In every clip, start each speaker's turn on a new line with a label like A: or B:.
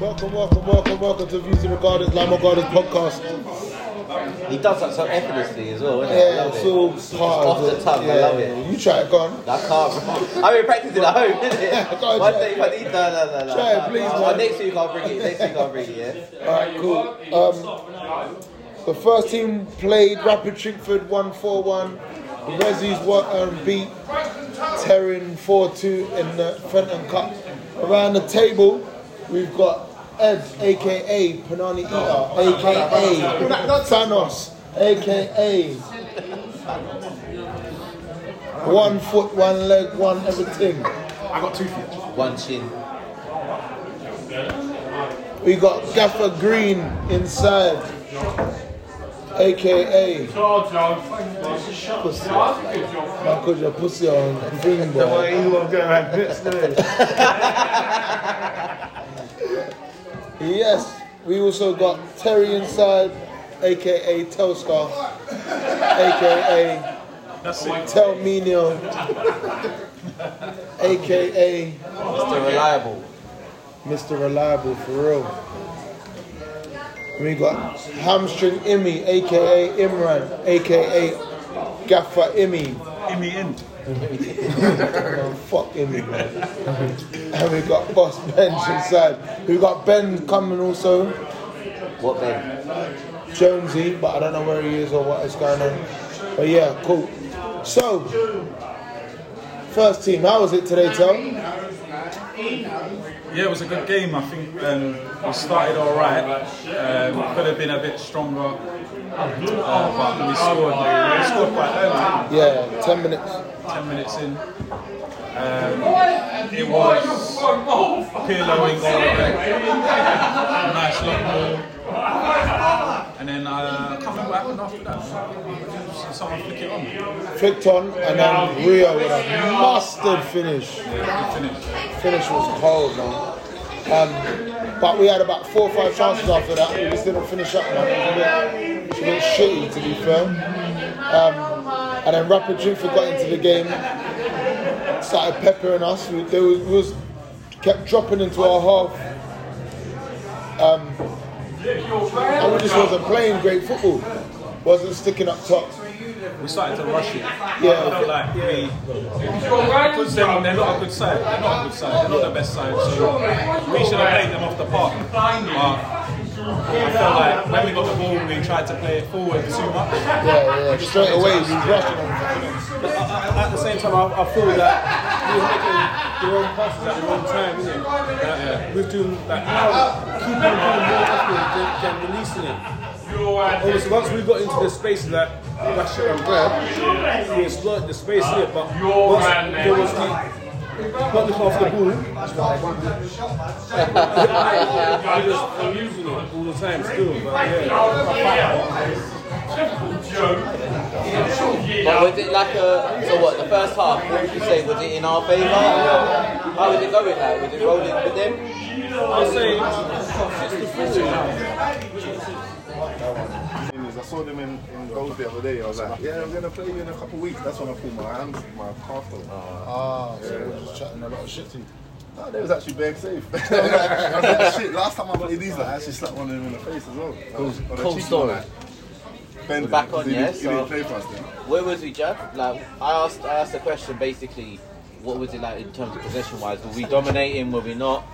A: welcome, welcome, welcome, welcome to Views to the Gardens, Lamo Gardens podcast.
B: He does that so effortlessly as well, isn't
A: Yeah,
B: it?
A: it's all part
B: off
A: of
B: the tongue, I love it.
A: You try it, go on.
B: I can't. I've been practicing at home, isn't it?
A: Go on,
B: One
A: try
B: day,
A: it.
B: but he, no, no, no, no.
A: Try it,
B: no.
A: please,
B: Oh,
A: man.
B: Next week I'll bring it. Next week I'll bring it. Yeah.
A: Alright, cool. Um, the first team played Rapid Trinkford 1 4 1. Resi's won, um, beat Terran 4 2 in the Fenton Cup. Around the table, we've got Ed, aka Panani Eater, aka Thanos, aka One Foot, One Leg, One Everything.
C: I got two feet.
B: One chin.
A: We got Gaffer Green inside, aka
D: George, George. Shut up.
A: Man called your pussy on green boy.
C: you want to go around this, do
A: Yes, we also got Terry inside, aka Telstar, aka
C: That's it.
A: Telmenio, aka
B: Mr. Reliable.
A: Mr. Reliable for real. We got Hamstring Immy, aka Imran, aka Gaffer Immy.
C: Give me in.
A: Man, fuck Immy, man. and we got Boss Bench inside. We got Ben coming also.
B: What then?
A: Jonesy, but I don't know where he is or what is going on. But yeah, cool. So, first team, how was it today, Tom?
C: Yeah, it was a good game. I think um, we started all right. Um, could have been a bit stronger, uh, but we scored. We scored quite early,
A: Yeah, 10 minutes.
C: ten minutes in. Um, it was Pirlo in goal. uh, Nice long ball. And then uh, I can't remember what happened after that. Someone flick it on.
A: Flicked on, and then Rio with a mustard finish.
C: Yeah, good finish.
A: Finish was cold, man. Um, but we had about four or five chances after that. We just didn't finish up, man. It was a bit, it was a bit shitty, to be fair. Um, and then Rapid Trinford got into the game, started peppering us. We, they was, we was kept dropping into our half. Um, And we just wasn't playing great football. Wasn't sticking up top.
C: We started to rush it.
A: Yeah.
C: I felt like we. Because they're, they're not a good side. They're not a good side. They're not the best side. So we should have played them off the park. But I felt like when we got the ball, we tried to play it forward too much.
A: Yeah, yeah. Straight away, we was rushing them.
C: But I- I- at the same time, I, I feel that we were making the wrong passes at the wrong time. Isn't it? That We're doing like now, keeping the ball more up than, than releasing it. Obviously, once we got into the space that that shit and grab, we exploited the space here. But once there was the got the half the ball, I just I'm using it all the time still. But yeah,
B: But was it like a? So what? The first half. What would you say? Was it in our favour? or How was it going? Like, was it rolling with them?
C: I'll say six to four now.
E: thing is, I saw them in, in goals the other day. I was like, yeah, I'm going to play you in a couple of weeks. That's when I pulled my hand, my calf out.
A: Ah, so we were just chatting a lot of shit to you.
E: No, they was actually bag safe. I was like, I was like, shit, last time I played these, like, I actually slapped one of them in the face as well. Cool,
B: cool story.
E: Bending,
B: back on,
E: he,
B: yeah,
E: didn't, he didn't
B: so-
E: play for us then.
B: Where was we, Jeff? Like, I asked. I asked the question basically. What was it like in terms of possession wise? Were we dominating? Were we not?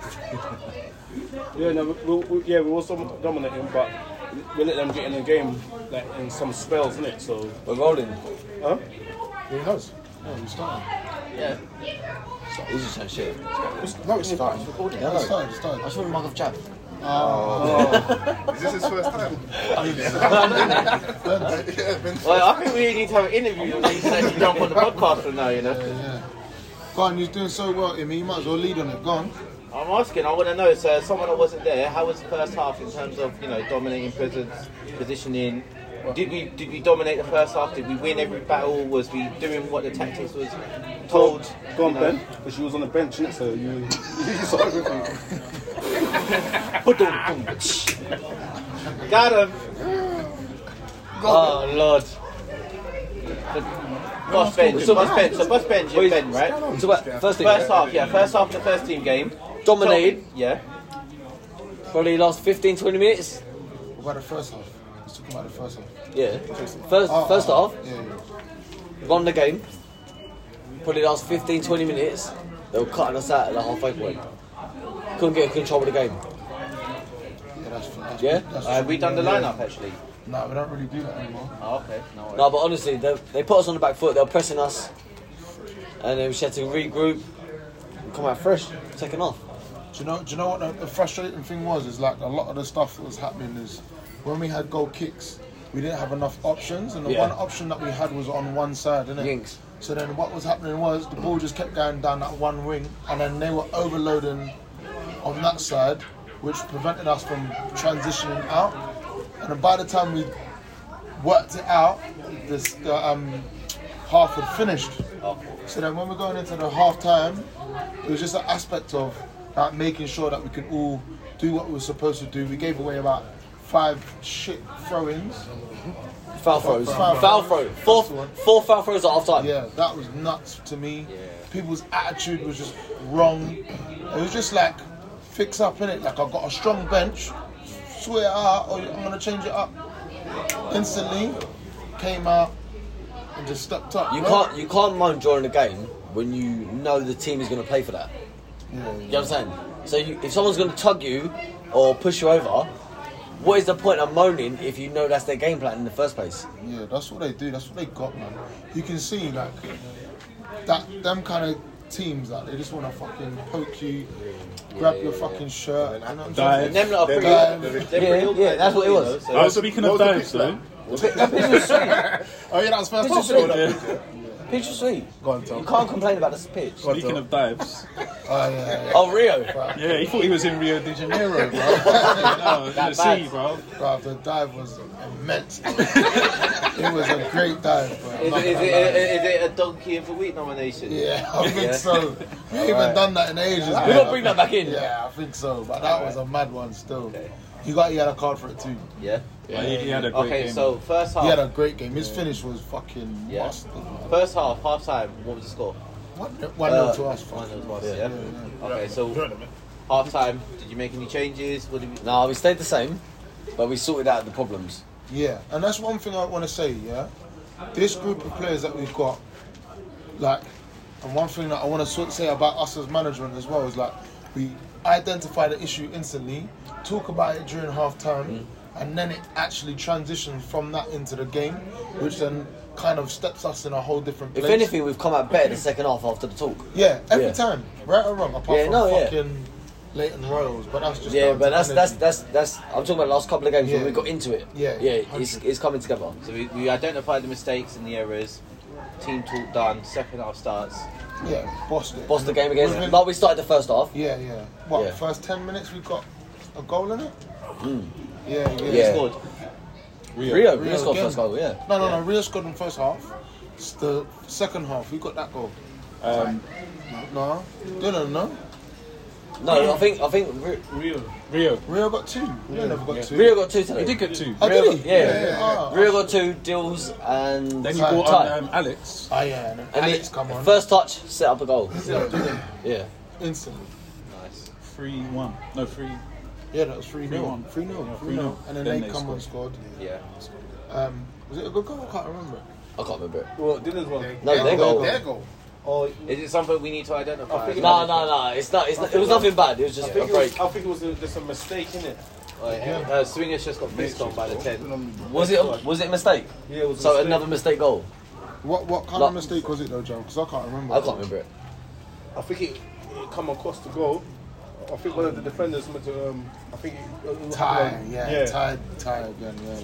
F: Yeah, no, we, we, yeah, we also dominating, but we let them get in the game, like in some spells, innit? So,
B: We're rolling.
F: huh?
A: He has. Yeah, we started.
B: Yeah. This is some shit.
A: No, it's started.
B: Recording.
A: Yeah, it's started, it's started.
B: I just want a mug of jab.
E: Is this his first time? yeah, Ben.
B: Well, I think we need to have an interview and you actually jump on the podcast from now, you know.
A: Yeah. Go on, you're doing so well, Imi. You might as well lead on it. Go on.
B: I'm asking, I want to know, so as someone that wasn't there, how was the first half in terms of, you know, dominating prisons, positioning? Did we did we dominate the first half? Did we win every battle? Was we doing what the tactics was told?
F: Go on,
B: You know?
F: Ben, because you was on the bench, innit? So you,
E: You saw everything.
B: Got him. Oh Lord. The Bus bench, so bus bench, so bus bench, you Ben, right?
G: So what, first thing,
B: First half, yeah, first half of the first team game.
G: Dominated.
B: Yeah.
G: Probably last 15, 20 minutes.
A: What about the first half? Let's talk about the first half.
G: Yeah. First,
A: Oh,
G: first
A: oh,
G: half,
A: Yeah, yeah.
G: won the game. Probably last 15, 20 minutes. They were cutting us out at the halfway point. Couldn't get control of the game.
A: Yeah, that's, that's,
G: Yeah?
A: That's
B: Uh, we done the lineup actually.
A: No, we don't really do that anymore.
B: Oh, okay. No worries.
G: No, but honestly, they, they put us on the back foot. They were pressing us, and then we just had to regroup, and come out fresh, second half.
A: Do you know? Do you know what the, the frustrating thing was? Is like a lot of the stuff that was happening is when we had goal kicks, we didn't have enough options, and the one option that we had was on one side, didn't it?
G: Yinks.
A: So then what was happening was the ball just kept going down that one wing, and then they were overloading on that side, which prevented us from transitioning out. And then by the time we worked it out, this the, um, half had finished. So then when we're going into the half time, it was just an aspect of like making sure that we can all do what we're supposed to do. We gave away about five shit throw ins.
G: Foul throws.
A: Foul throw.
G: Foul, throw.
A: That's the
G: Four,
A: one.
G: four foul throws at half time.
A: Yeah, that was nuts to me. People's attitude was just wrong. It was just like fix up in it. Like I've got a strong bench, swear it out, or I'm gonna change it up. Instantly came out and just stepped up.
G: You
A: Well,
G: can't you can't moan during the game when you know the team is going to play for that. You know what I'm saying? So you, if someone's going to tug you or push you over, what is the point of moaning if you know that's their game plan in the first place?
A: Yeah, that's what they do. That's what they got, man. You can see like that them kind of teams that they just want to fucking poke you, grab your fucking shirt, and I'm
H: Dive.
A: saying?
B: And them lot are pretty.
A: Dive.
B: they're
G: Yeah,
B: pretty
G: yeah,
B: organised,
G: that's what it
B: you
G: was.
B: know, so-
H: Oh, speaking of
E: what was the
H: dives,
E: pitch
H: though,
A: Oh yeah, that was first half.
G: sweet.
A: wasn't it?
G: Pitch was sweet. you can't complain about this pitch.
H: speaking of dives,
A: Oh yeah, yeah,
G: Oh Rio.
H: yeah, he thought he was in Rio de Janeiro, bro. no, in the sea, bro.
A: yeah. Bro, the dive was immense. bro. it was a great dive, bro. I'm
B: Is
A: not
B: it, is,
A: gonna
B: it,
A: lie.
B: is it a donkey of the week nomination?
A: Yeah, I think so. We ain't even done that in ages.
G: We're
A: bro.
G: gonna bring that back in.
A: Yeah, I think so. But that was a mad one still. You got you had a card for it too.
B: Yeah.
H: Like, he, he had a great
B: Okay,
H: game.
B: so first half.
A: He had a great game. His finish was fucking
B: Yeah.
A: busted. man.
B: First half, half time, what was the score?
A: One, one nil
B: Uh,
A: to us.
B: One
A: One
B: nil to us, yeah. Okay, so half time, did you make any changes? What did we,
G: No, we stayed the same, but we sorted out the problems.
A: Yeah, and that's one thing I want to say. Yeah, this group of players that we've got, like, and one thing that I want to sort of say about us as management as well is like, we identify the issue instantly, talk about it during half time,
G: Mm.
A: and then it actually transitions from that into the game, which then kind of steps us in a whole different
G: If
A: place.
G: anything, we've come out better the second half after the talk.
A: yeah, every
G: Yeah.
A: time, right or wrong, apart
G: Yeah,
A: from
G: no, yeah.
A: fucking Leighton Royals, but that's just
G: Yeah,
A: down
G: but
A: to
G: that's that's
A: energy.
G: that's that's. I'm talking about the last couple of games
A: Yeah.
G: when we got into it.
A: Yeah,
G: yeah, it's
A: 100.
G: it's coming together.
B: so we, we identified the mistakes and the errors, team talk done, second half starts.
A: yeah, bossed it.
G: Boss the game again.
A: Within-
G: Like we started the first half.
A: Yeah, yeah. What,
G: Yeah.
A: first 10 minutes we got a goal in it? Yeah, yeah.
G: Yeah.
B: Scored.
G: Rio, Rio,
A: Rio
G: scored
A: again.
G: first goal. Yeah.
A: No, no, no. Rio scored in the first half. It's the second half. We got that goal.
H: um,
A: No. No, no, no.
G: No, I think I think Rio,
H: Rio,
A: Rio got two. Rio never got two.
G: Rio got two today.
H: he did get two.
A: Oh,
G: Rio
A: did
G: got-
A: he?
G: yeah.
A: Ah,
G: Rio got two deals and
H: Then
G: and
H: he
A: Time.
H: brought
G: Time.
H: on um, Alex.
A: Ah, yeah. And, then Alex,
G: it-
A: come on.
G: first touch set up a goal.
A: Yeah, did it?
G: Yeah.
A: Instantly.
H: Three one, no three.
A: Yeah, that was 3 0.
H: one.
A: 3 0.
H: Yeah,
A: 3 0.
H: 3-0.
A: And then,
H: Then
A: they
H: they
A: come on and scored.
B: Yeah.
A: Um, was it a good goal? I can't remember.
G: I can't remember it.
F: Well, Dylan's one.
G: No, their goal.
E: Their goal.
F: Oh,
B: Is it something we need to identify?
G: No, no, no. It's not. It's not. It was nothing bad. It was just
F: I
G: a
F: think, it was,
G: break.
F: I think it was a, just a mistake, innit?
B: Uh, uh, Swingers just got pissed on by the 10.
G: Was it? a- Was it a mistake?
F: Yeah, it was a
G: So
F: mistake.
G: another mistake goal.
A: What, what kind of
G: Like-
A: mistake was it though, Joe? Because I can't remember.
G: I can't remember it.
F: I think it, it come across the goal. I think one of the defenders meant to. Um, I think it, it was-
A: Tie,
F: um,
A: yeah,
F: yeah.
A: tie, tie again, yeah,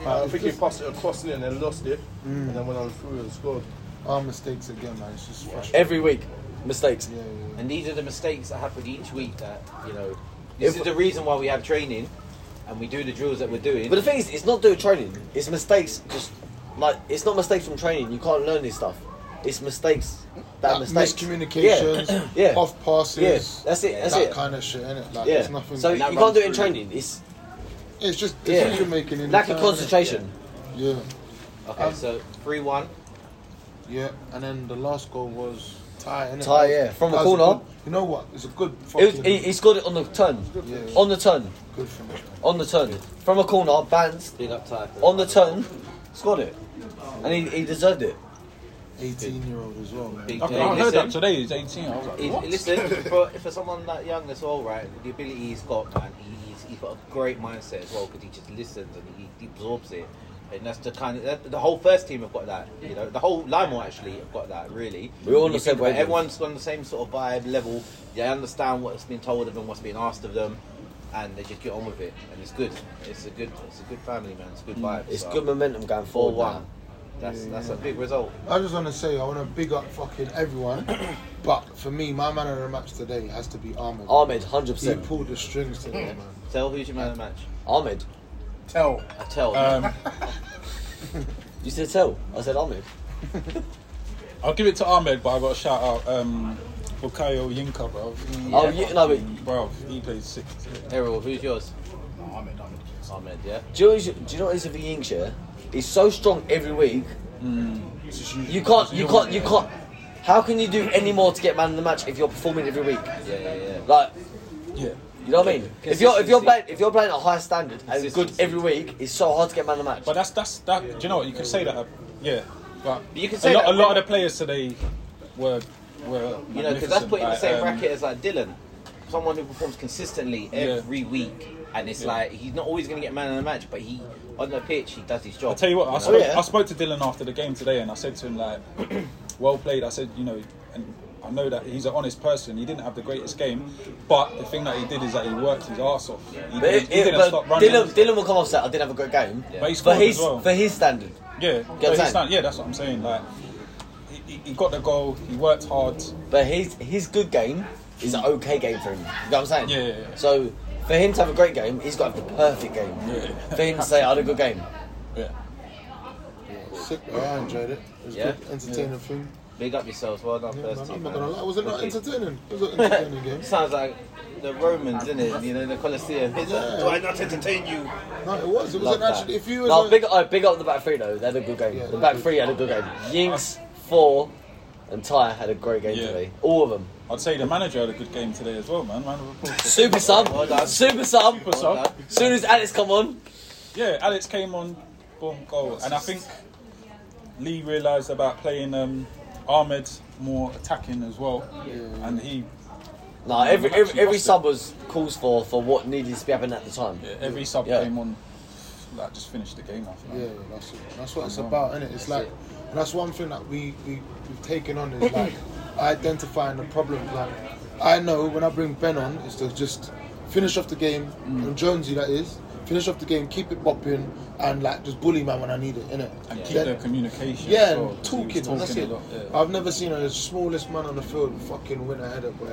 A: yeah.
F: I think he passed it across it and then lost it, and then went on through and scored.
A: Our mistakes again, man. It's just frustrating.
G: Every week, mistakes.
A: Yeah, yeah.
B: And these are the mistakes that happen each week that, you know, this is the reason why we have training and we do the drills that we're doing.
G: But the thing is, it's not doing training. It's mistakes. Just like it's not mistakes from training. You can't learn this stuff. It's mistakes. That,
A: Like
G: uh, mistakes.
A: miscommunications,
G: Yeah. yeah.
A: off passes,
G: Yeah. That's it. That's
A: that
G: it.
A: kind of shit, innit? Like,
G: yeah.
A: it's nothing.
G: So you
B: that
G: can't do it in
B: runs
G: training. It's
A: it's just
G: yeah.
A: decision making in
G: lack
A: the
G: of
A: time, innit?
G: concentration. Um,
A: Yeah,
B: Okay, so 3 1.
A: yeah. And then the last goal was Tie, innit?
G: Tie, Oh, yeah, from the
A: That was
G: corner.
A: good- You know what? It's a good
G: It was,
A: fucking.
G: he, he scored it on the turn, on the turn,
A: good finish, man.
G: on the turn, from a corner, bounced
B: Big up tight.
G: on the turn, scored it, and he, he deserved it.
A: 18 year old as well, man.
B: Big
H: I
B: day.
H: I heard
B: Listen,
H: that today. He's 18. I was like,
B: He-
H: what?
B: Listen, for, for someone that young as well, right? The ability he's got, man, he, he's, he's got a great mindset as well because he just listens and he, he absorbs it. And that's the kind of that, the whole first team have got that. You know, the whole Limo actually have got that. Really,
G: We're all
B: When
G: on
B: you
G: the same
B: think about it,
G: wavelength.
B: Everyone's on the same sort of vibe level. They understand what's been told of them, what's been asked of them, and they just get on with it. And it's good. It's a good. It's a good family, man. It's a good vibe.
G: Mm, It's good momentum going
B: Four
G: forward.
B: one.
G: now.
B: That's that's a big result.
A: I just want to say, I want to big up fucking everyone, but for me, my man of the match today has to be Ahmed.
G: Ahmed, hundred
A: He
G: percent.
A: pulled the strings today, man.
B: Tell who's your man of the match.
G: Ahmed,
E: Tell.
B: I tell. Um,
H: Um,
G: you said tell. I said Ahmed.
H: I'll give it to Ahmed, but I got to shout out um, Bukayo Yinka, bro. Mm,
G: Oh, yeah, no, but-
H: bro, he played six.
B: Errol, who's yours?
E: Ahmed, Ahmed.
B: Ahmed, yeah.
G: Do you, know, do you know what is with the Yinks, yeah? He's so strong every week.
B: Hmm.
G: You can't, you can't, you can't. How can you do any more to get man in the match if you're performing every week?
B: Yeah, yeah, yeah.
G: Like,
H: Yeah.
G: you know what I mean? If you're if you're
B: Consistency.
G: playing if you're playing at a high standard and good
B: Consistency.
G: every week, it's so hard to get man in the match.
H: But that's that's that. Do you know what you can say that? uh, Yeah, but
B: You can say
H: a lot,
B: that-
H: a lot of the players today were were um,
B: You know, because that's put in the same bracket as like Dylan, someone who performs consistently
H: Yeah.
B: every week, and it's
H: Yeah.
B: like he's not always going to get man in the match, but he on the pitch he does his job.
H: I tell you what, I spoke,
G: Oh, yeah.
H: I spoke to Dylan after the game today, and I said to him like, "Well played." I said, you know, and I know that he's an honest person. He didn't have the greatest game, but the thing that he did is that he worked his ass off. He,
G: But,
H: didn't,
G: it,
H: he
G: it,
H: didn't
G: but
H: stop running.
G: Dylan, Dylan will come off set. I didn't have a good game.
H: But he
G: For
H: scored
G: his
H: as well.
G: for his standard.
H: yeah,
G: what I'm
H: but he's
G: saying?
H: not, yeah, that's what I'm saying. Like, he, he- he got the goal. He worked hard.
G: But his his good game is an okay game for him. You know what I'm saying?
H: Yeah, yeah, yeah.
G: So for him to have a great game, he's got to have the perfect game.
H: Yeah.
G: For him to say I had a good game.
H: Yeah.
A: Sick, though. I enjoyed it. It was
B: Yeah?
A: good, entertaining thing.
B: Big up yourselves, well done,
A: Yeah,
B: first
A: man,
B: team.
A: I'm
B: man.
A: not gonna lie. Was it not
B: Okay.
A: entertaining? It was an entertaining game.
B: Sounds like the Romans, isn't it? You know, the Colosseum. Is it? Do I not entertain you?
A: No, it was. It was
B: Love
A: an actually.
B: that.
A: If you was
G: No,
A: a-
G: big, uh, big up the back three though. They had a good game.
A: Yeah,
G: the
A: they
G: back
A: did.
G: three had a good game. Yinks four and Ty had a great game
H: Yeah.
G: today. All of them.
H: I'd say the manager had a good game today as well, man. Round of applause.
G: Super sub.
B: Well done.
G: Super sub.
H: Super sub.
B: done.
G: Soon as Alex come on,
H: Yeah, Alex came on, boom, goal. And I think Lee realised about playing um, Ahmed more attacking as well. And he,
G: no, every
H: Actually
G: every, every
H: lost it.
G: sub was calls for for what needed to be happening at the time.
H: yeah, every sub
G: Yeah.
H: came on, like, just finished the game, I think.
A: Yeah, that's it. That's what it's about, innit? It's like, and that's one thing that we, we we've taken on is like identifying the problems. Like, I know when I bring Ben on, is to just finish off the game
B: Mm.
A: and Jonesy that is finish off the game, keep it bopping, and like just bully man when I need it, innit?
H: And keep
A: Then-
H: the communication.
A: yeah,
H: as well,
A: and
H: 'cause he was
A: talking. That's
H: talking a
A: it.
H: lot, yeah.
A: I've never seen a smallest man on the field fucking win a header, boy.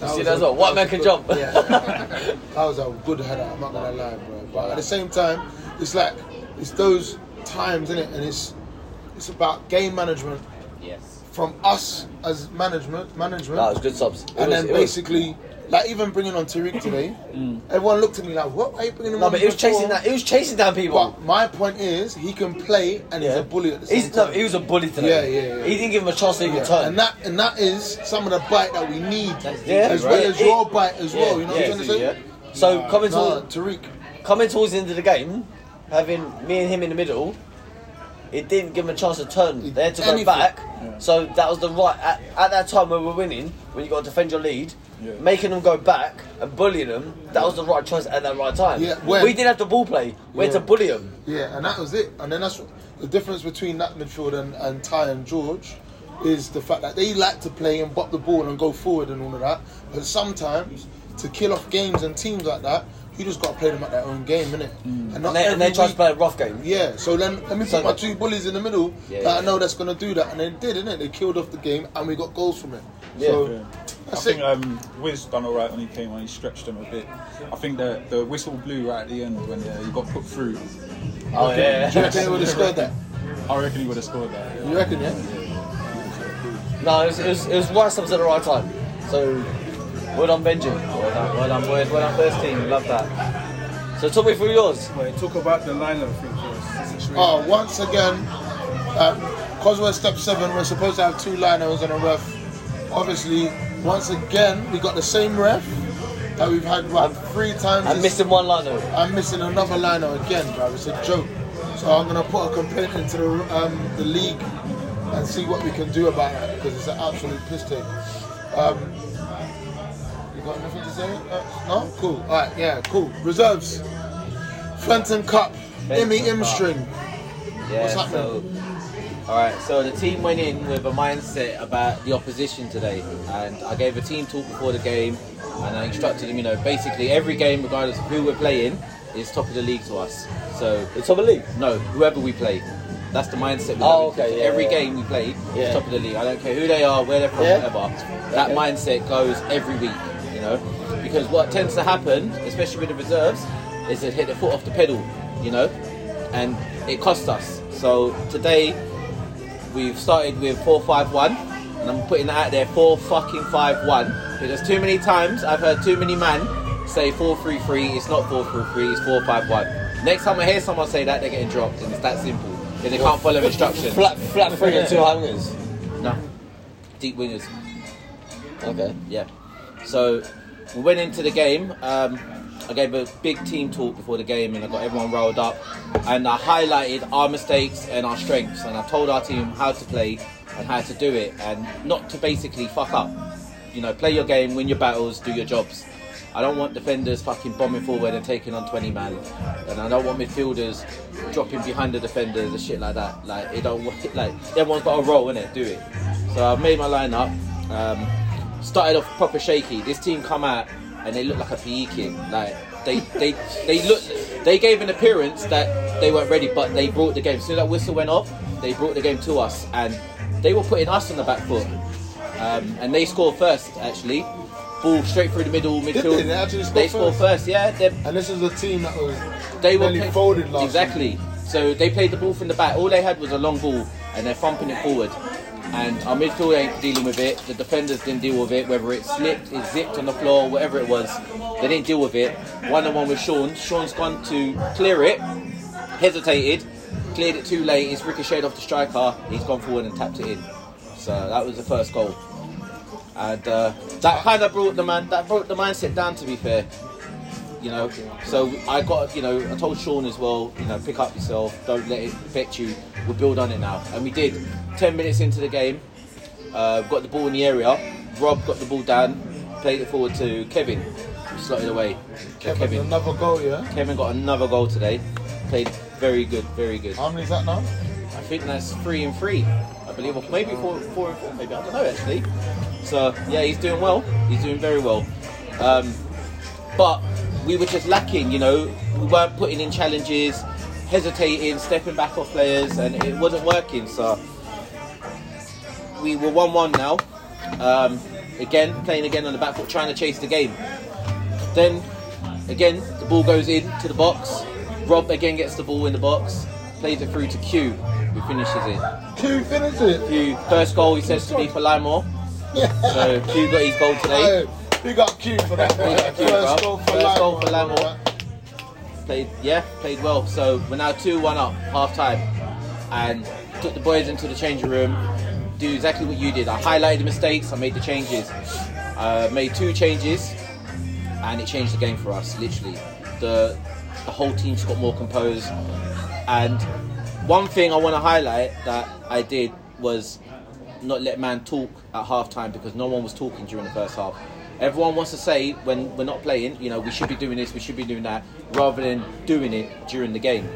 A: That
G: see,
A: was
G: that's
A: a-
G: what- what
A: that was a
G: man can
A: good-
G: jump.
A: Yeah, yeah. that was a good header. I'm not gonna lie, bro. But at the same time, it's like it's those times, innit? And it's it's about game management
B: Yes.
A: from us as management, management,
G: No, it was good subs. It
A: and
G: was-
A: then
G: it was-
A: basically. Like even bringing on Tariq today, everyone looked at me like, "What? Why are you bringing him
G: No,
A: on?"
G: but he was
A: before?"
G: chasing that. He was chasing down people.
A: But my point is, he can play and he's
G: Yeah.
A: a bully at the same
G: He's,
A: time.
G: no, he was a bully today.
A: Yeah, yeah, yeah.
G: He didn't give him a chance to even
A: Yeah,
G: turn.
A: And that and that is some of the bite that we need,
G: Yeah,
A: as
G: right.
A: well as
G: It-
A: your bite as well. You know
G: yeah,
A: what I'm trying to say?
G: so coming
A: Nah,
G: to
A: Tariq,
G: coming towards the end of the game, having me and him in the middle, it didn't give them a chance to turn. They had to go
A: Anything.
G: back. So that was the right at, at that time when we were winning, when you got to defend your lead,
H: Yeah.
G: making them go back and bullying them. That was the right choice at that right time.
A: Yeah, when-
G: we didn't have to ball play. We had
A: Yeah.
G: to bully them.
A: yeah, and that was it. And then that's what, the difference between that midfield and, and Ty and George is the fact that they like to play and bop the ball and go forward and all of that. But sometimes to kill off games and teams like that, you just got to play them at their own game, innit? And, not
G: And they, and they
A: every
G: tried to
A: week-
G: play a rough game.
A: Yeah, so then let me
G: So-
A: put my two bullies in the middle
B: Yeah,
A: that I
B: yeah.
A: know that's going to do that, and they did, innit? They killed off the game, and we got goals from it.
G: Yeah.
A: so
H: Yeah. I
A: that's it.
H: think um, Wiz done all right when he came on. He stretched him a bit. I think the the whistle blew right at the end when uh, he got put through.
G: Oh yeah.
A: Do you reckon they would have scored that?
H: I reckon he would have scored that.
A: You reckon, yeah?
G: No, it was, it was, it was right subs at the right time. So, well done, Benji. Well done, well done, boys. Well done, first team. Love that. So, talk me through yours.
F: Wait, talk about the lineup thing first. the situation.
A: Oh, once again, um, Cosworth Step 7, we're supposed to have two linos and a ref. obviously, once again, we got the same ref that we've had what, three times.
G: I'm
A: this-
G: missing one liner.
A: I'm missing another liner again, bro. It's a joke. So I'm gonna put a complaint into the um, the league and see what we can do about it because it's an absolute piss take. Um, you got nothing to say? Uh, no? Cool. All right. Yeah. Cool. Reserves. Fenton Cup. Emmy
B: Fenton Cup.
A: Imstring.
B: Yeah,
A: What's happening?
B: So, all right, so the team went in with a mindset about the opposition today, and I gave a team talk before the game, and I instructed them. You know, basically every game, regardless of who we're playing, is top of the league to us. So
G: It's on the league.
B: no, whoever we play, that's the mindset. we
G: Oh,
B: have.
G: okay, yeah,
B: every
G: yeah.
B: game we play
G: Yeah.
B: is top of the league. I don't care who they are, where they're from,
G: Yeah.
B: whatever. That
G: Okay.
B: mindset goes every week, you know, because what tends to happen, especially with the reserves, is they hit their foot off the pedal, you know, and it costs us. So today we've started with four five one, and I'm putting that out there four fucking five one. Because too many times I've heard too many men say four three three. It's not four three three. It's four five one. Next time I hear someone say that, they're getting dropped, and it's that simple. Because they can't follow instructions.
G: Flat, flat three and two hangers.
B: No, deep wingers.
G: Okay.
B: Yeah. So we went into the game. Um, I gave a big team talk before the game, and I got everyone rolled up, and I highlighted our mistakes and our strengths, and I told our team how to play and how to do it, and not to basically fuck up. You know, play your game, win your battles, do your jobs. I don't want defenders fucking bombing forward and taking on 20 man, and I don't want midfielders dropping behind the defenders and shit like that. Like it don't like everyone's got a role in it. Do it. So I made my lineup. Um, started off proper shaky. This team come out and they look like a PE kid. Like they they they look they gave an appearance that they weren't ready, but they brought the game. As soon as that whistle went off, they brought the game to us, and they were putting us on the back foot. Um, and they scored first actually. Ball straight through the middle midfield.
A: they? They actually scored
B: They scored first. Yeah, they're-
A: And this is a team that was
B: they were
A: nearly
B: play-
A: folded last
B: exactly. So they played the ball from the back. All they had was a long ball, and they're thumping it forward. And our midfield ain't dealing with it. The defenders didn't deal with it. Whether it slipped, it zipped on the floor, whatever it was, they didn't deal with it. One on one with Sean. Sean's gone to clear it, hesitated, cleared it too late. It's ricocheted off the striker. He's gone forward and tapped it in. So that was the first goal. And uh, that kind of brought the man, that brought the mindset down. To be fair, you know. So I got, you know, I told Sean as well, you know, pick up yourself, don't let it affect you. We'll build on it now, and we did. Ten minutes into the game, uh, got the ball in the area. Rob got the ball down, played it forward to Kevin, who slotted away.
A: Kevin,
B: Kevin,
A: another goal, yeah.
B: Kevin got another goal today. Played very good, very good.
A: How many is that now?
B: I think that's three and three, I believe, or maybe four, four and four, maybe I don't know actually. So yeah, he's doing well. He's doing very well. Um, but we were just lacking, you know. We weren't putting in challenges, hesitating, stepping back off players, and it wasn't working. So we were one-one now. Um, again, playing again on the back foot, trying to chase the game. Then, again, the ball goes in to the box. Rob again gets the ball in the box, plays it through to Q, who finishes it.
A: Two finishes.
B: Q, first goal he says to be for Lymore. So Q got his goal today.
A: Hey, big up Q for that.
B: Big up Q,
A: Oh, First
B: bro.
A: goal for
B: First
A: Lamo,
B: goal for Lamo.
A: bro.
B: Played, yeah, played well. So we're now two-one up, half time, and took the boys into the changing room. Do exactly what you did. I highlighted the mistakes. I made the changes. Uh, made two changes. and it changed the game for us. Literally, the the whole team just got more composed. And one thing I want to highlight that I did was not let man talk at half time because no one was talking during the first half. Everyone wants to say when we're not playing, you know, we should be doing this, we should be doing that, rather than doing it during the game.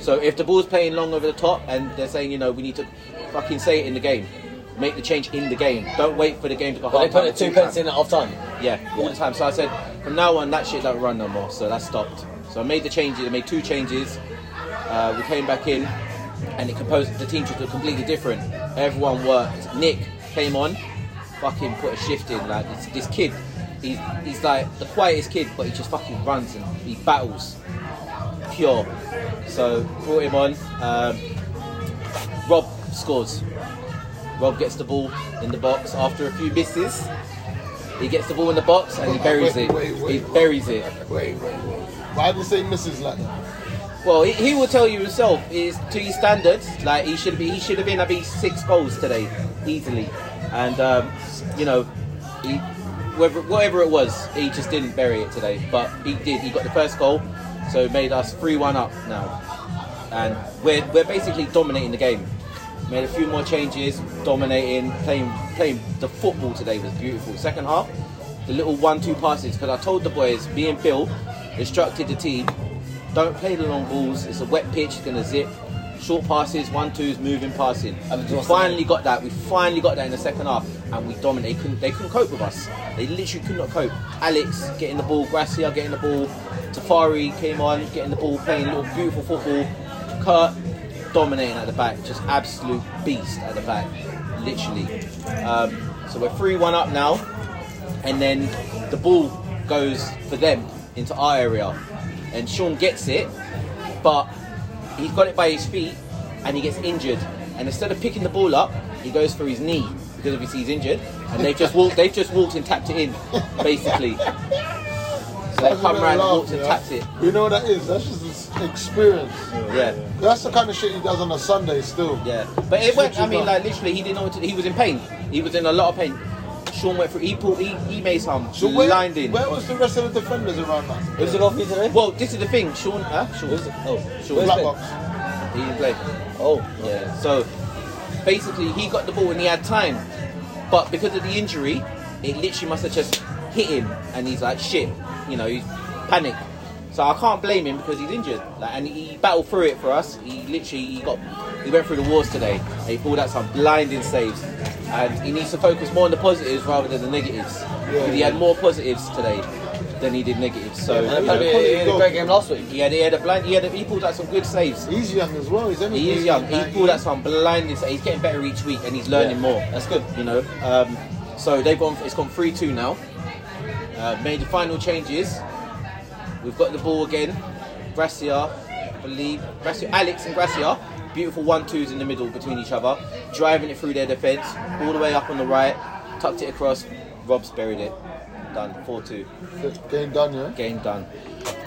B: So if the ball's playing long over the top and they're saying, you know, we need to fucking say it in the game, make the change in the game. Don't wait for the game to go
G: But they
B: half-time
G: put the
B: or
G: two
B: full-time.
G: pence in at half time.
B: Yeah, all the time. So I said, from now on, that shit don't run no more. So that stopped. So I made the changes. I made two changes. Uh, we came back in, and it composed. The team just looked completely different. Everyone worked. Nick came on, fucking put a shift in. Like this, this kid, he's he's like the quietest kid, but he just fucking runs and he battles, pure. So brought him on. Um, Rob scores. Rob gets the ball in the box after a few misses. He gets the ball in the box and he buries
A: Wait,
B: it.
A: wait, wait,
B: he buries it.
A: Wait, wait, wait. Why did you say misses like that?
B: Well, he, he will tell you himself. Is to his standards, like he should be. He should have been having six goals today, easily. and um, you know, he, whether, whatever it was, he just didn't bury it today. But he did. He got the first goal, so it made us three-one up now, and we're we're basically dominating the game. Made a few more changes, dominating, playing playing the football today was beautiful. Second half, the little one-two passes because I told the boys, me and Bill, instructed the team, don't play the long balls. It's a wet pitch. It's gonna zip. Short passes, one twos, moving passing.
G: And
B: we
G: it's
B: finally got that. We finally got that in the second half, and we dominated. They couldn't, they couldn't cope with us. They literally could not cope. Alex getting the ball, Gracia getting the ball, Tafari came on, getting the ball, playing little beautiful football. Kurt dominating at the back, just absolute beast at the back, literally. Um, so we're three-one up now and then the ball goes for them into our area, and Sean gets it, but he's got it by his feet, and he gets injured. And instead of picking the ball up, he goes for his knee because obviously he's injured, and they've just walked, they've just walked and tapped it in, basically. So they
A: That's a
B: come
A: bit
B: round and
A: laugh,
B: walked and
A: yeah.
B: tapped it.
A: You know what that is? That's just an experience.
B: Yeah.
A: That's the kind of shit he does on a Sunday still.
B: Yeah, but it went. I
A: Literally
B: mean,
A: not.
B: like literally, he didn't know what to do. He was in pain. He was in a lot of pain. Sean went through. He pulled. He, he made some
A: So where,
B: blinding.
A: where was the rest of the defenders around that?
G: Who's it off you today?
B: Well, this is the thing, Sean. Huh? Sean.
G: Who's it? Oh,
B: Sean.
G: where's
A: Black
G: Ben?
A: box.
B: He didn't play.
G: Oh,
B: Yeah. So basically, he got the ball and he had time, but because of the injury, it literally must have just hit him, and he's like, shit, you know, he's panicked. So I can't blame him because he's injured, like, and he battled through it for us. He literally he got he went through the wars today. And he pulled out some blinding saves, and he needs to focus more on the positives rather than the negatives. Because he had more positives today than he did negatives. So
G: And
B: you know,
G: apparently he had a great game last week.
B: he had he had a blind he had a, he pulled out some good saves.
A: He's young as well. He's only
B: He is young. He
A: 19.
B: pulled out some blindness. He's getting better each week, and he's learning
G: Yeah.
B: more. That's good, you know. Um, so they've gone. It's gone three two now. Uh, made the final changes. We've got the ball again. Gracia, I believe. Gracia, Alex and Gracia. Beautiful one twos in the middle between each other, driving it through their defence, all the way up on the right, tucked it across. Rob's buried it. Done. Four two.
A: Game done, yeah.
B: Game done.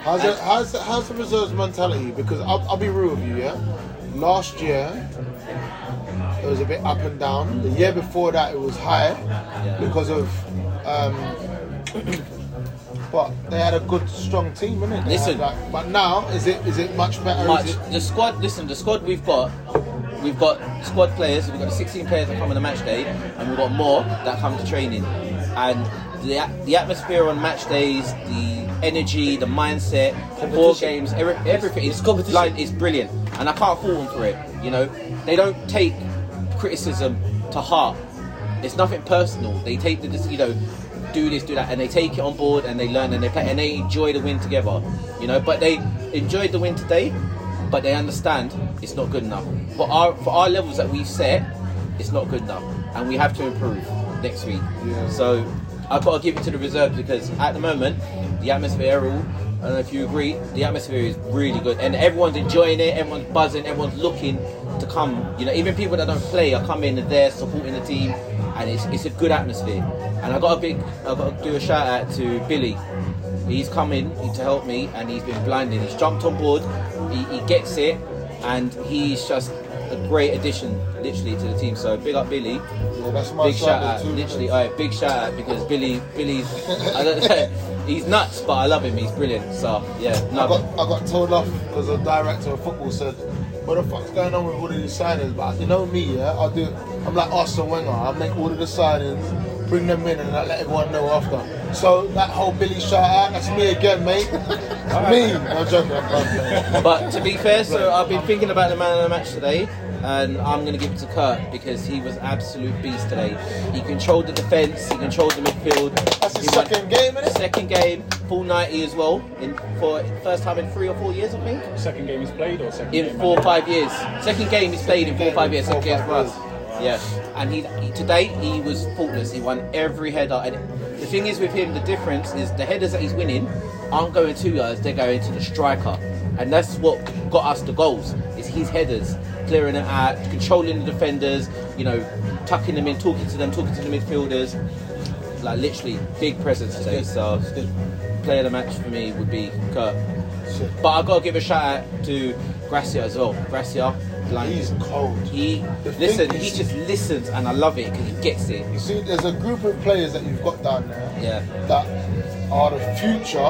A: How's it, how's, how's the reserves mentality? Because I'll, I'll be real with you, yeah. Last year it was a bit up and down. The year before that it was high because of um, but they had a good strong team, innit? They
B: Listen.
A: had like- but now is it is it much better? Is
B: much.
A: it,
B: The squad, listen, the squad we've got, we've got squad players, we've got the 16 players that come on the match day, and we've got more that come to training. And the, at- the atmosphere on match days, the energy, the mindset, ball games, every, everything is
G: competition.
B: Like, it's brilliant, and I can't fault them for it. You know, they don't take criticism to heart. It's nothing personal. They take the you know, do this, do that, and they take it on board and they learn and they play and they enjoy the win together. You know, but they enjoyed the win today, but they understand it's not good enough. For our for our levels that we've set, it's not good enough, and we have to improve next week. So I've got to give it to the reserves because at the moment the atmosphere. All, I don't know if you agree. The atmosphere is really good, and everyone's enjoying it. Everyone's buzzing. Everyone's looking to come. You know, even people that don't play are coming and they're supporting the team, and it's, it's a good atmosphere. And I got a big, I got to do a shout out to Billy. He's come in to help me, and he's been blinding. He's jumped on board. He, he gets it, and he's just a great addition, literally, to the team. So big up Billy.
A: yeah, that's my
B: Big shout
A: side of
B: out,
A: the two
B: literally,
A: players.
B: all right, big shout out because Billy, Billy's, I don't know, he's nuts, but I love him. He's brilliant. So yeah,
A: I
B: no,
A: got I got told off because the director of football said, "What the fuck's going on with all of these signings?" But you know me, yeah, I do. I'm like Arsene Wenger. I make all of the signings, bring them in, and I let everyone know after. So that whole Billy shout out, that's me again, mate. me. No joking. I'm joking.
B: but to be fair, so I've been thinking about the man of the match today, and I'm going to give it to Kurt because he was absolute beast today. He controlled the defence, he controlled the midfield.
A: That's his
B: He won-
A: second game, innit?
B: Second game, full 90 as well, in for first time in three or four years, I think.
F: Second game he's played or second
B: in
F: game?
B: four or five years. Second game he's played in four or five years. Second
A: Four or
B: game
A: five
B: for us. Yeah, and he, he today he was faultless. He won every header. And the thing is with him, the difference is the headers that he's winning aren't going to yards; they're going to the striker, and that's what got us the goals. Is his headers clearing them out, controlling the defenders, you know, tucking them in, talking to them, talking to the midfielders. Like literally, big presence today. So, player of the match for me would be Kurt. But I've got to give a shout out to Gracia as well. Gracia, London.
A: He's cold.
B: He
A: The thing
B: listen. He
A: is-
B: just listens, and I love it because he gets it.
A: You see, there's a group of players that you've got down there
B: Yeah.
A: that are the future.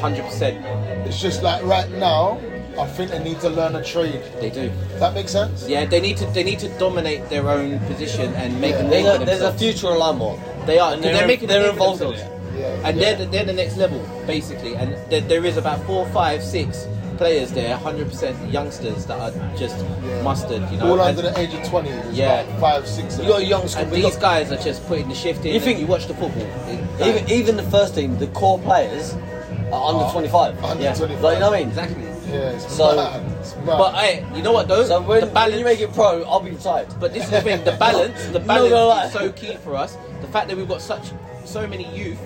B: Hundred percent.
A: It's just like right now, I think they need to learn a trade.
B: They do.
A: That makes sense?
B: Yeah, they need to. They need to dominate their own position and make a name
G: There's
B: for
G: a, there's a
B: themselves.
G: future alarm on.
B: They are. 'cause They're,
G: They're-
B: making. a
G: they're
B: name for
G: involved in
B: themselves.
A: Yeah,
B: And they're the, they're the next level basically. And there, there is about four, five, six players there, hundred percent youngsters that are just mustered. You know.
A: All
B: And-
A: under the age of 20. There's
B: Yeah.
A: about five, six.
G: You got a young squad.
B: and
G: we got-
B: these guys are just putting the shift in.
G: You
B: You
G: think-
B: you watch the football? it- like-
G: Even, even the first team, the core players are
B: Oh.
G: under 25.
A: under
G: yeah.
A: 25.
G: Like, you know what I mean?
B: exactly.
A: Yeah, it's
G: So-
A: mad. It's mad.
B: But hey, you know what though?
G: So when,
B: the balance.
G: when you make it pro, I'll be tight.
B: but this is the thing. The balance. The
G: Not gonna
B: balance is
G: lie.
B: so key for us. The fact that we've got such so many youth,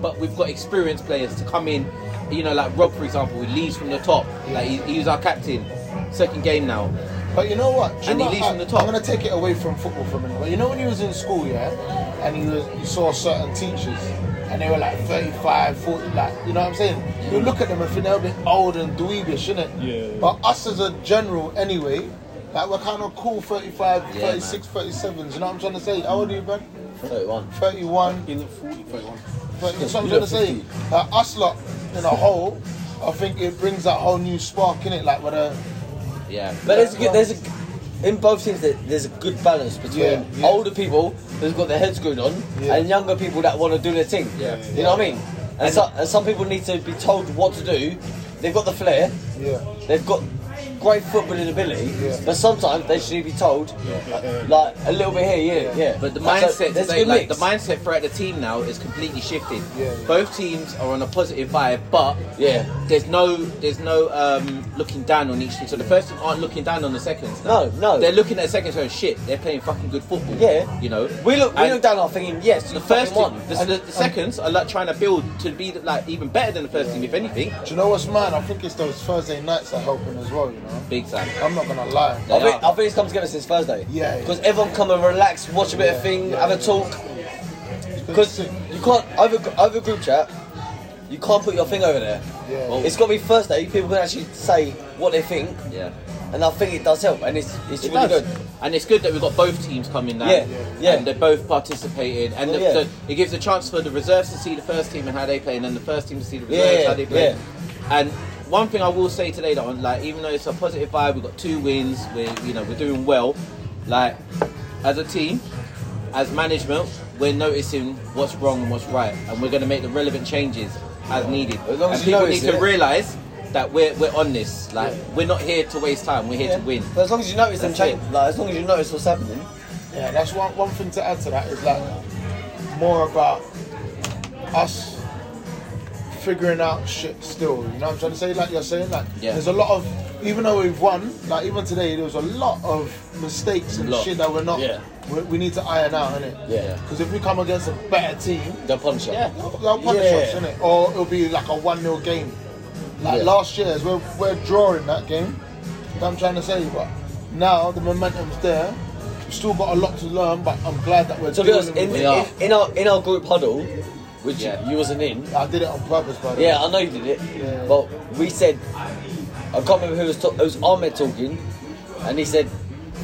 B: but we've got experienced players to come in. You know, like Rob, for example, who leads from the top. Like he, he was our captain, second game now.
A: But you know what? Do you
B: And he
A: know
B: leaves
A: how-
B: from the top.
A: I'm gonna take it away from football for a minute. But you know when you was in school, yeah, and you, was, you saw certain teachers, and they were like 35, 40, like you know what I'm saying? You look at them and think they're a bit old and dweebish, innit?
H: Yeah.
A: But us as a general, anyway, like we're kind of cool 35,
B: Yeah,
A: 36, 37s. You know what I'm trying to say? How old are you, man?
G: 31.
A: 31.
F: In the 40, 31.
A: But that's what I'm trying to say. Like, us lot in a whole, I think it brings that whole new spark in it, like with a
B: Yeah.
G: But there's a good, there's a, in both teams, there- there's a good balance between
A: Yeah, yeah.
G: older people who've got their heads screwed on
A: Yeah.
G: and younger people that want to do their thing.
B: Yeah.
G: You know what I mean? And, so, and some people need to be told what to do. They've got the flair,
A: yeah.
G: they've got great footballing ability,
A: Yeah.
G: but sometimes they should be told, uh, like, a little bit here, yeah, yeah.
B: But the
G: So
B: mindset
G: there's a
B: today,
G: good
B: like the
G: mix.
B: mindset throughout the team now is completely shifted.
A: Yeah, yeah.
B: Both teams are on a positive vibe, but
G: Yeah.
B: there's no there's no um, looking down on each team. So the first team aren't looking down on the seconds. now.
G: No, no.
B: They're looking at the seconds going shit. They're playing fucking good football.
G: Yeah.
B: you know.
G: We look, we
B: And
G: look down our thinking, yes,
B: The
G: you
B: first
G: first
B: team,
G: one. um,
B: the, the, the seconds are like trying to build to be like even better than the first team, if anything.
A: Do you know what's mad? I think it's those Thursday nights that are helping as well, you know?
B: Big time.
A: I'm not gonna lie.
G: I
B: They
G: think,
B: are.
G: I think it's come together since Thursday.
A: Yeah, yeah.
G: Because everyone come and relax, watch a bit
A: Yeah,
G: of thing,
A: yeah,
G: have a
A: yeah.
G: talk. Because
A: sick.
G: you can't over over group chat. You can't put your thing over there.
A: Yeah.
G: It's got to be Thursday. People can actually say what they think,
B: Yeah,
G: and I think it does help, and it's it's
B: it
G: really
B: does.
G: good.
B: And it's good that we've got both teams coming now.
G: Yeah, yeah.
B: And they're both participating, and the,
G: Oh, Yeah.
B: the- it gives a chance for the reserves to see the first team and how they play, and then the first team to see the reserves
G: Yeah,
B: how they play.
G: yeah.
B: And one thing I will say today that on like even though it's a positive vibe, we've got two wins, we're you know we're doing well. Like as a team, as management, we're noticing what's wrong and what's right, and we're going to make the relevant changes as needed.
G: As long as
B: and
G: you
B: people
G: notice
B: need to
G: it.
B: realise that we're we're on this. Like we're not here to waste time. We're here to win.
G: But as long as you notice them
B: That's
G: change, like as long as you notice what's happening.
A: Yeah, that's one, one thing to add to that is like more about us figuring out shit still. You know what I'm trying to say? Like you're saying, like
B: Yeah.
A: there's a lot of even though we've won, like even today there was a lot of mistakes and
B: Lot.
A: shit that we're not.
G: Yeah.
A: We, we need to iron out, innit?
G: Yeah.
A: Because if we come against a better team,
G: The puncher. Yeah.
A: they'll punish
G: Yeah.
A: us, innit? Or it'll be like a one 0 game. Like
G: Yeah.
A: last year, as we're, we're drawing that game. That's what I'm trying to say, but now the momentum's there. We've still got a lot to learn, but I'm glad that we're
G: To be
A: dealing
G: honest, in,
A: with it.
G: in, in our in our group huddle, which
B: Yeah.
G: you wasn't in,
A: I did it on purpose, by the way.
G: Yeah, I know you did it.
A: Yeah.
G: But we said, I can't remember who was, ta- it was Ahmed talking, and he said,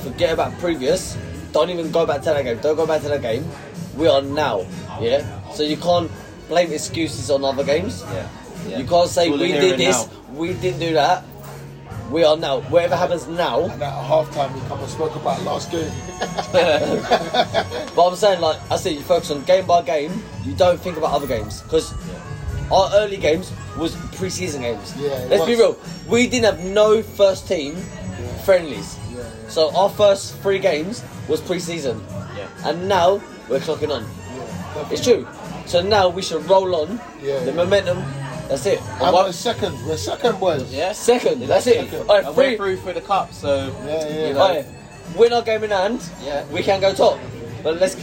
G: forget about previous, don't even go back to that game, don't go back to that game. We are now, yeah? So you can't blame excuses on other games.
B: Yeah. yeah.
G: You can't say,
B: All
G: we
B: here
G: did
B: and
G: this,
B: now.
G: we didn't do that. We are now. Whatever happens now,
A: And at halftime, we come and spoke about last game.
G: but I'm saying like I said, you focus on game by game. You don't think about other games because our early games was pre-season games.
A: Yeah, it
G: Let's be
A: was.
G: real. We didn't have no first team friendlies.
A: Yeah, yeah.
G: So our first three games was pre-season,
B: Yeah.
G: and now we're clocking on.
A: Yeah,
G: It's true. So now we should roll on.
A: Yeah,
G: the
A: yeah.
G: momentum. That's it.
A: And
G: One-
A: we're second. We're second, boys.
B: Yeah.
G: Second. That's it.
A: Second.
G: All
B: And
G: right,
B: we're
G: three.
B: through for the cup, so
A: Yeah, yeah.
B: you know.
G: all right, win our game in hand.
B: Yeah.
G: we can go top. But let's.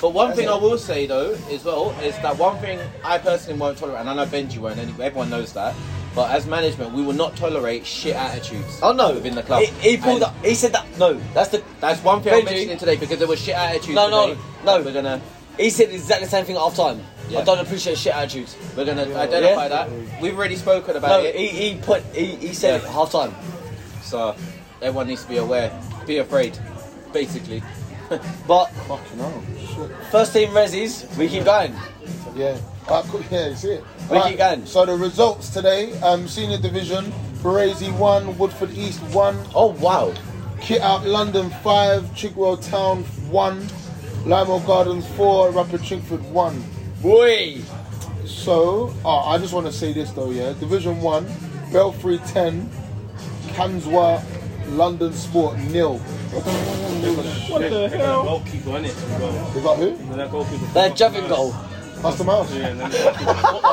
B: But one
G: That's
B: thing
G: it.
B: I will say though, as well, is that one thing I personally won't tolerate, and I know Benji won't. and Everyone knows that. But as management, we will not tolerate shit attitudes.
G: Oh no!
B: within the club.
G: He, he pulled
B: And
G: up. He said that. No, that's the.
B: That's one thing
G: Benji.
B: I'm mentioning today because there was shit attitudes.
G: No, no,
B: today.
G: no.
B: We're gonna
G: He said exactly the same thing at half time. I
B: Yeah.
G: don't appreciate shit attitudes.
B: we're gonna identify
G: Yeah.
B: that. We've already spoken about
G: No,
B: it.
G: he, he put he, he said
B: Yeah.
G: it at half time.
B: So everyone needs to be aware. Be afraid, basically. but first team resis, we keep going.
A: Yeah. Uh, cool. yeah, you see it.
B: We keep going.
A: So the results today, um, senior division, Baresi 1, Woodford East 1,
B: Oh wow!
A: Kit Out London 5, Chigwell Town 1, Limo Gardens 4, Rapid Chingford 1.
B: Boy,
A: So, oh, I just want to say this though, yeah. Division 1, Belfry 10, Kanswa, London Sport nil.
F: What the hell?
C: Goalkeeper, innit? as well.
A: Is that who?
C: And that goalkeeper.
G: That jumping goal.
A: Custom House.
C: Yeah, and then the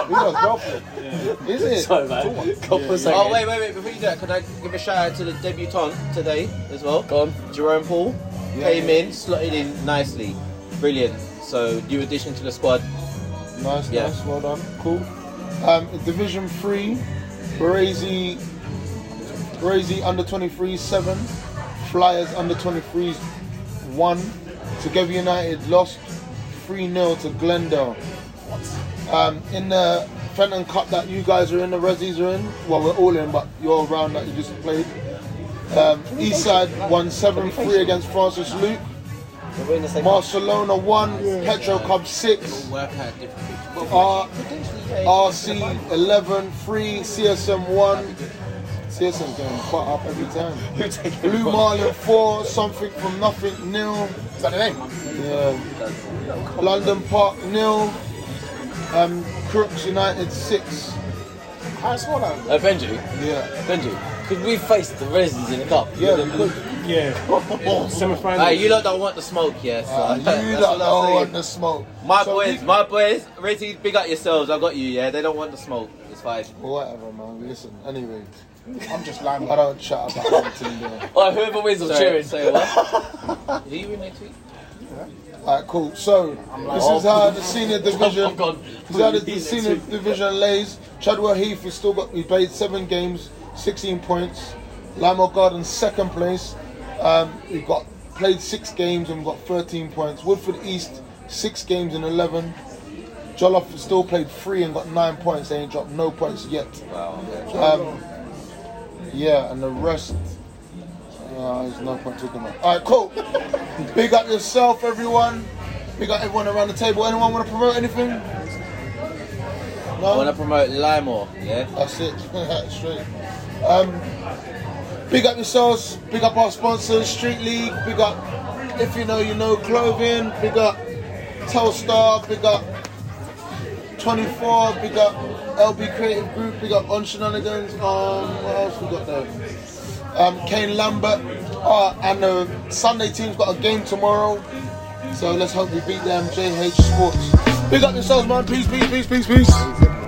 A: He does Belfry. Is it?
G: Sorry, man. Go for a second.
B: Oh wait, wait, wait! Before you do that, could I give a shout out to the debutant today as well?
G: Go on.
B: Jerome Paul
A: Yeah.
B: came in, slotted in nicely, brilliant. So new addition to the squad.
A: Nice,
B: Yeah.
A: nice, well done, cool. Um, Division Three, Brazy, Brazy under 23 seven, Flyers under 23 one. Together United lost three 0 to Glendale. Um, in the Fenton Cup that you guys are in, the Resis are in. Well, we're all in, but your round that you just played. Um, Eastside won seven three against Francis Luke.
G: We're in the same-
A: Barcelona one, Petro Cup six.
B: Work out different.
A: R- RC 11, free, CSM 1. CSM getting butt up every time. Blue Marlin 4, something from nothing, nil.
E: Is that the name?
A: Yeah. London Park, nil. Um, Crooks United 6.
E: I saw that.
G: Uh, Benji,
A: Yeah.
G: Benji, could we face the Residents in the cup?
A: Yeah, we could.
F: Yeah. Semi-final.
B: Hey, you lot don't want the smoke, yeah? So
A: Uh, you
B: that's
A: lot
B: all I'm
A: don't want
B: saying.
A: the smoke.
B: My
A: So
B: boys,
A: we-
B: my boys, Rizzy, big up yourselves. I got you, yeah. They don't want the smoke. It's fine.
A: Whatever, man. Listen, anyway.
E: I'm just lying.
A: I don't chat about anything there.
G: Alright, whoever wins, I'm
B: Sorry,
G: cheering.
B: say what? Are you in next week?
A: Alright, cool. So this is how the senior division. this is how the, the senior division lays. Chadwell Heath has still got. He played seven games, 16 points. Limo Garden second place. Um, he got played six games and got 13 points. Woodford East six games and 11. Jollof has still played three and got nine points. They ain't dropped no points yet.
B: Wow. okay.
A: Um, yeah, and the rest. Uh, there's no point talking about. All right, cool. Big up yourself, everyone. Big up everyone around the table. Anyone want to promote anything?
B: I want to
A: No.
B: promote Limor, yeah.
A: That's it. Straight. Um, big up yourselves. Big up our sponsors, Street League. Big up, if you know, you know, clothing. Big up, Telstar. Big up, 24. Big up, LB Creative Group. Big up, On Shenanigans. Um, what else we got there? um, Kane Lambert. Uh, and the Sunday team's got a game tomorrow. So let's hope we beat them. JH Sports. Big up yourselves, man. Peace, peace, peace, peace, peace.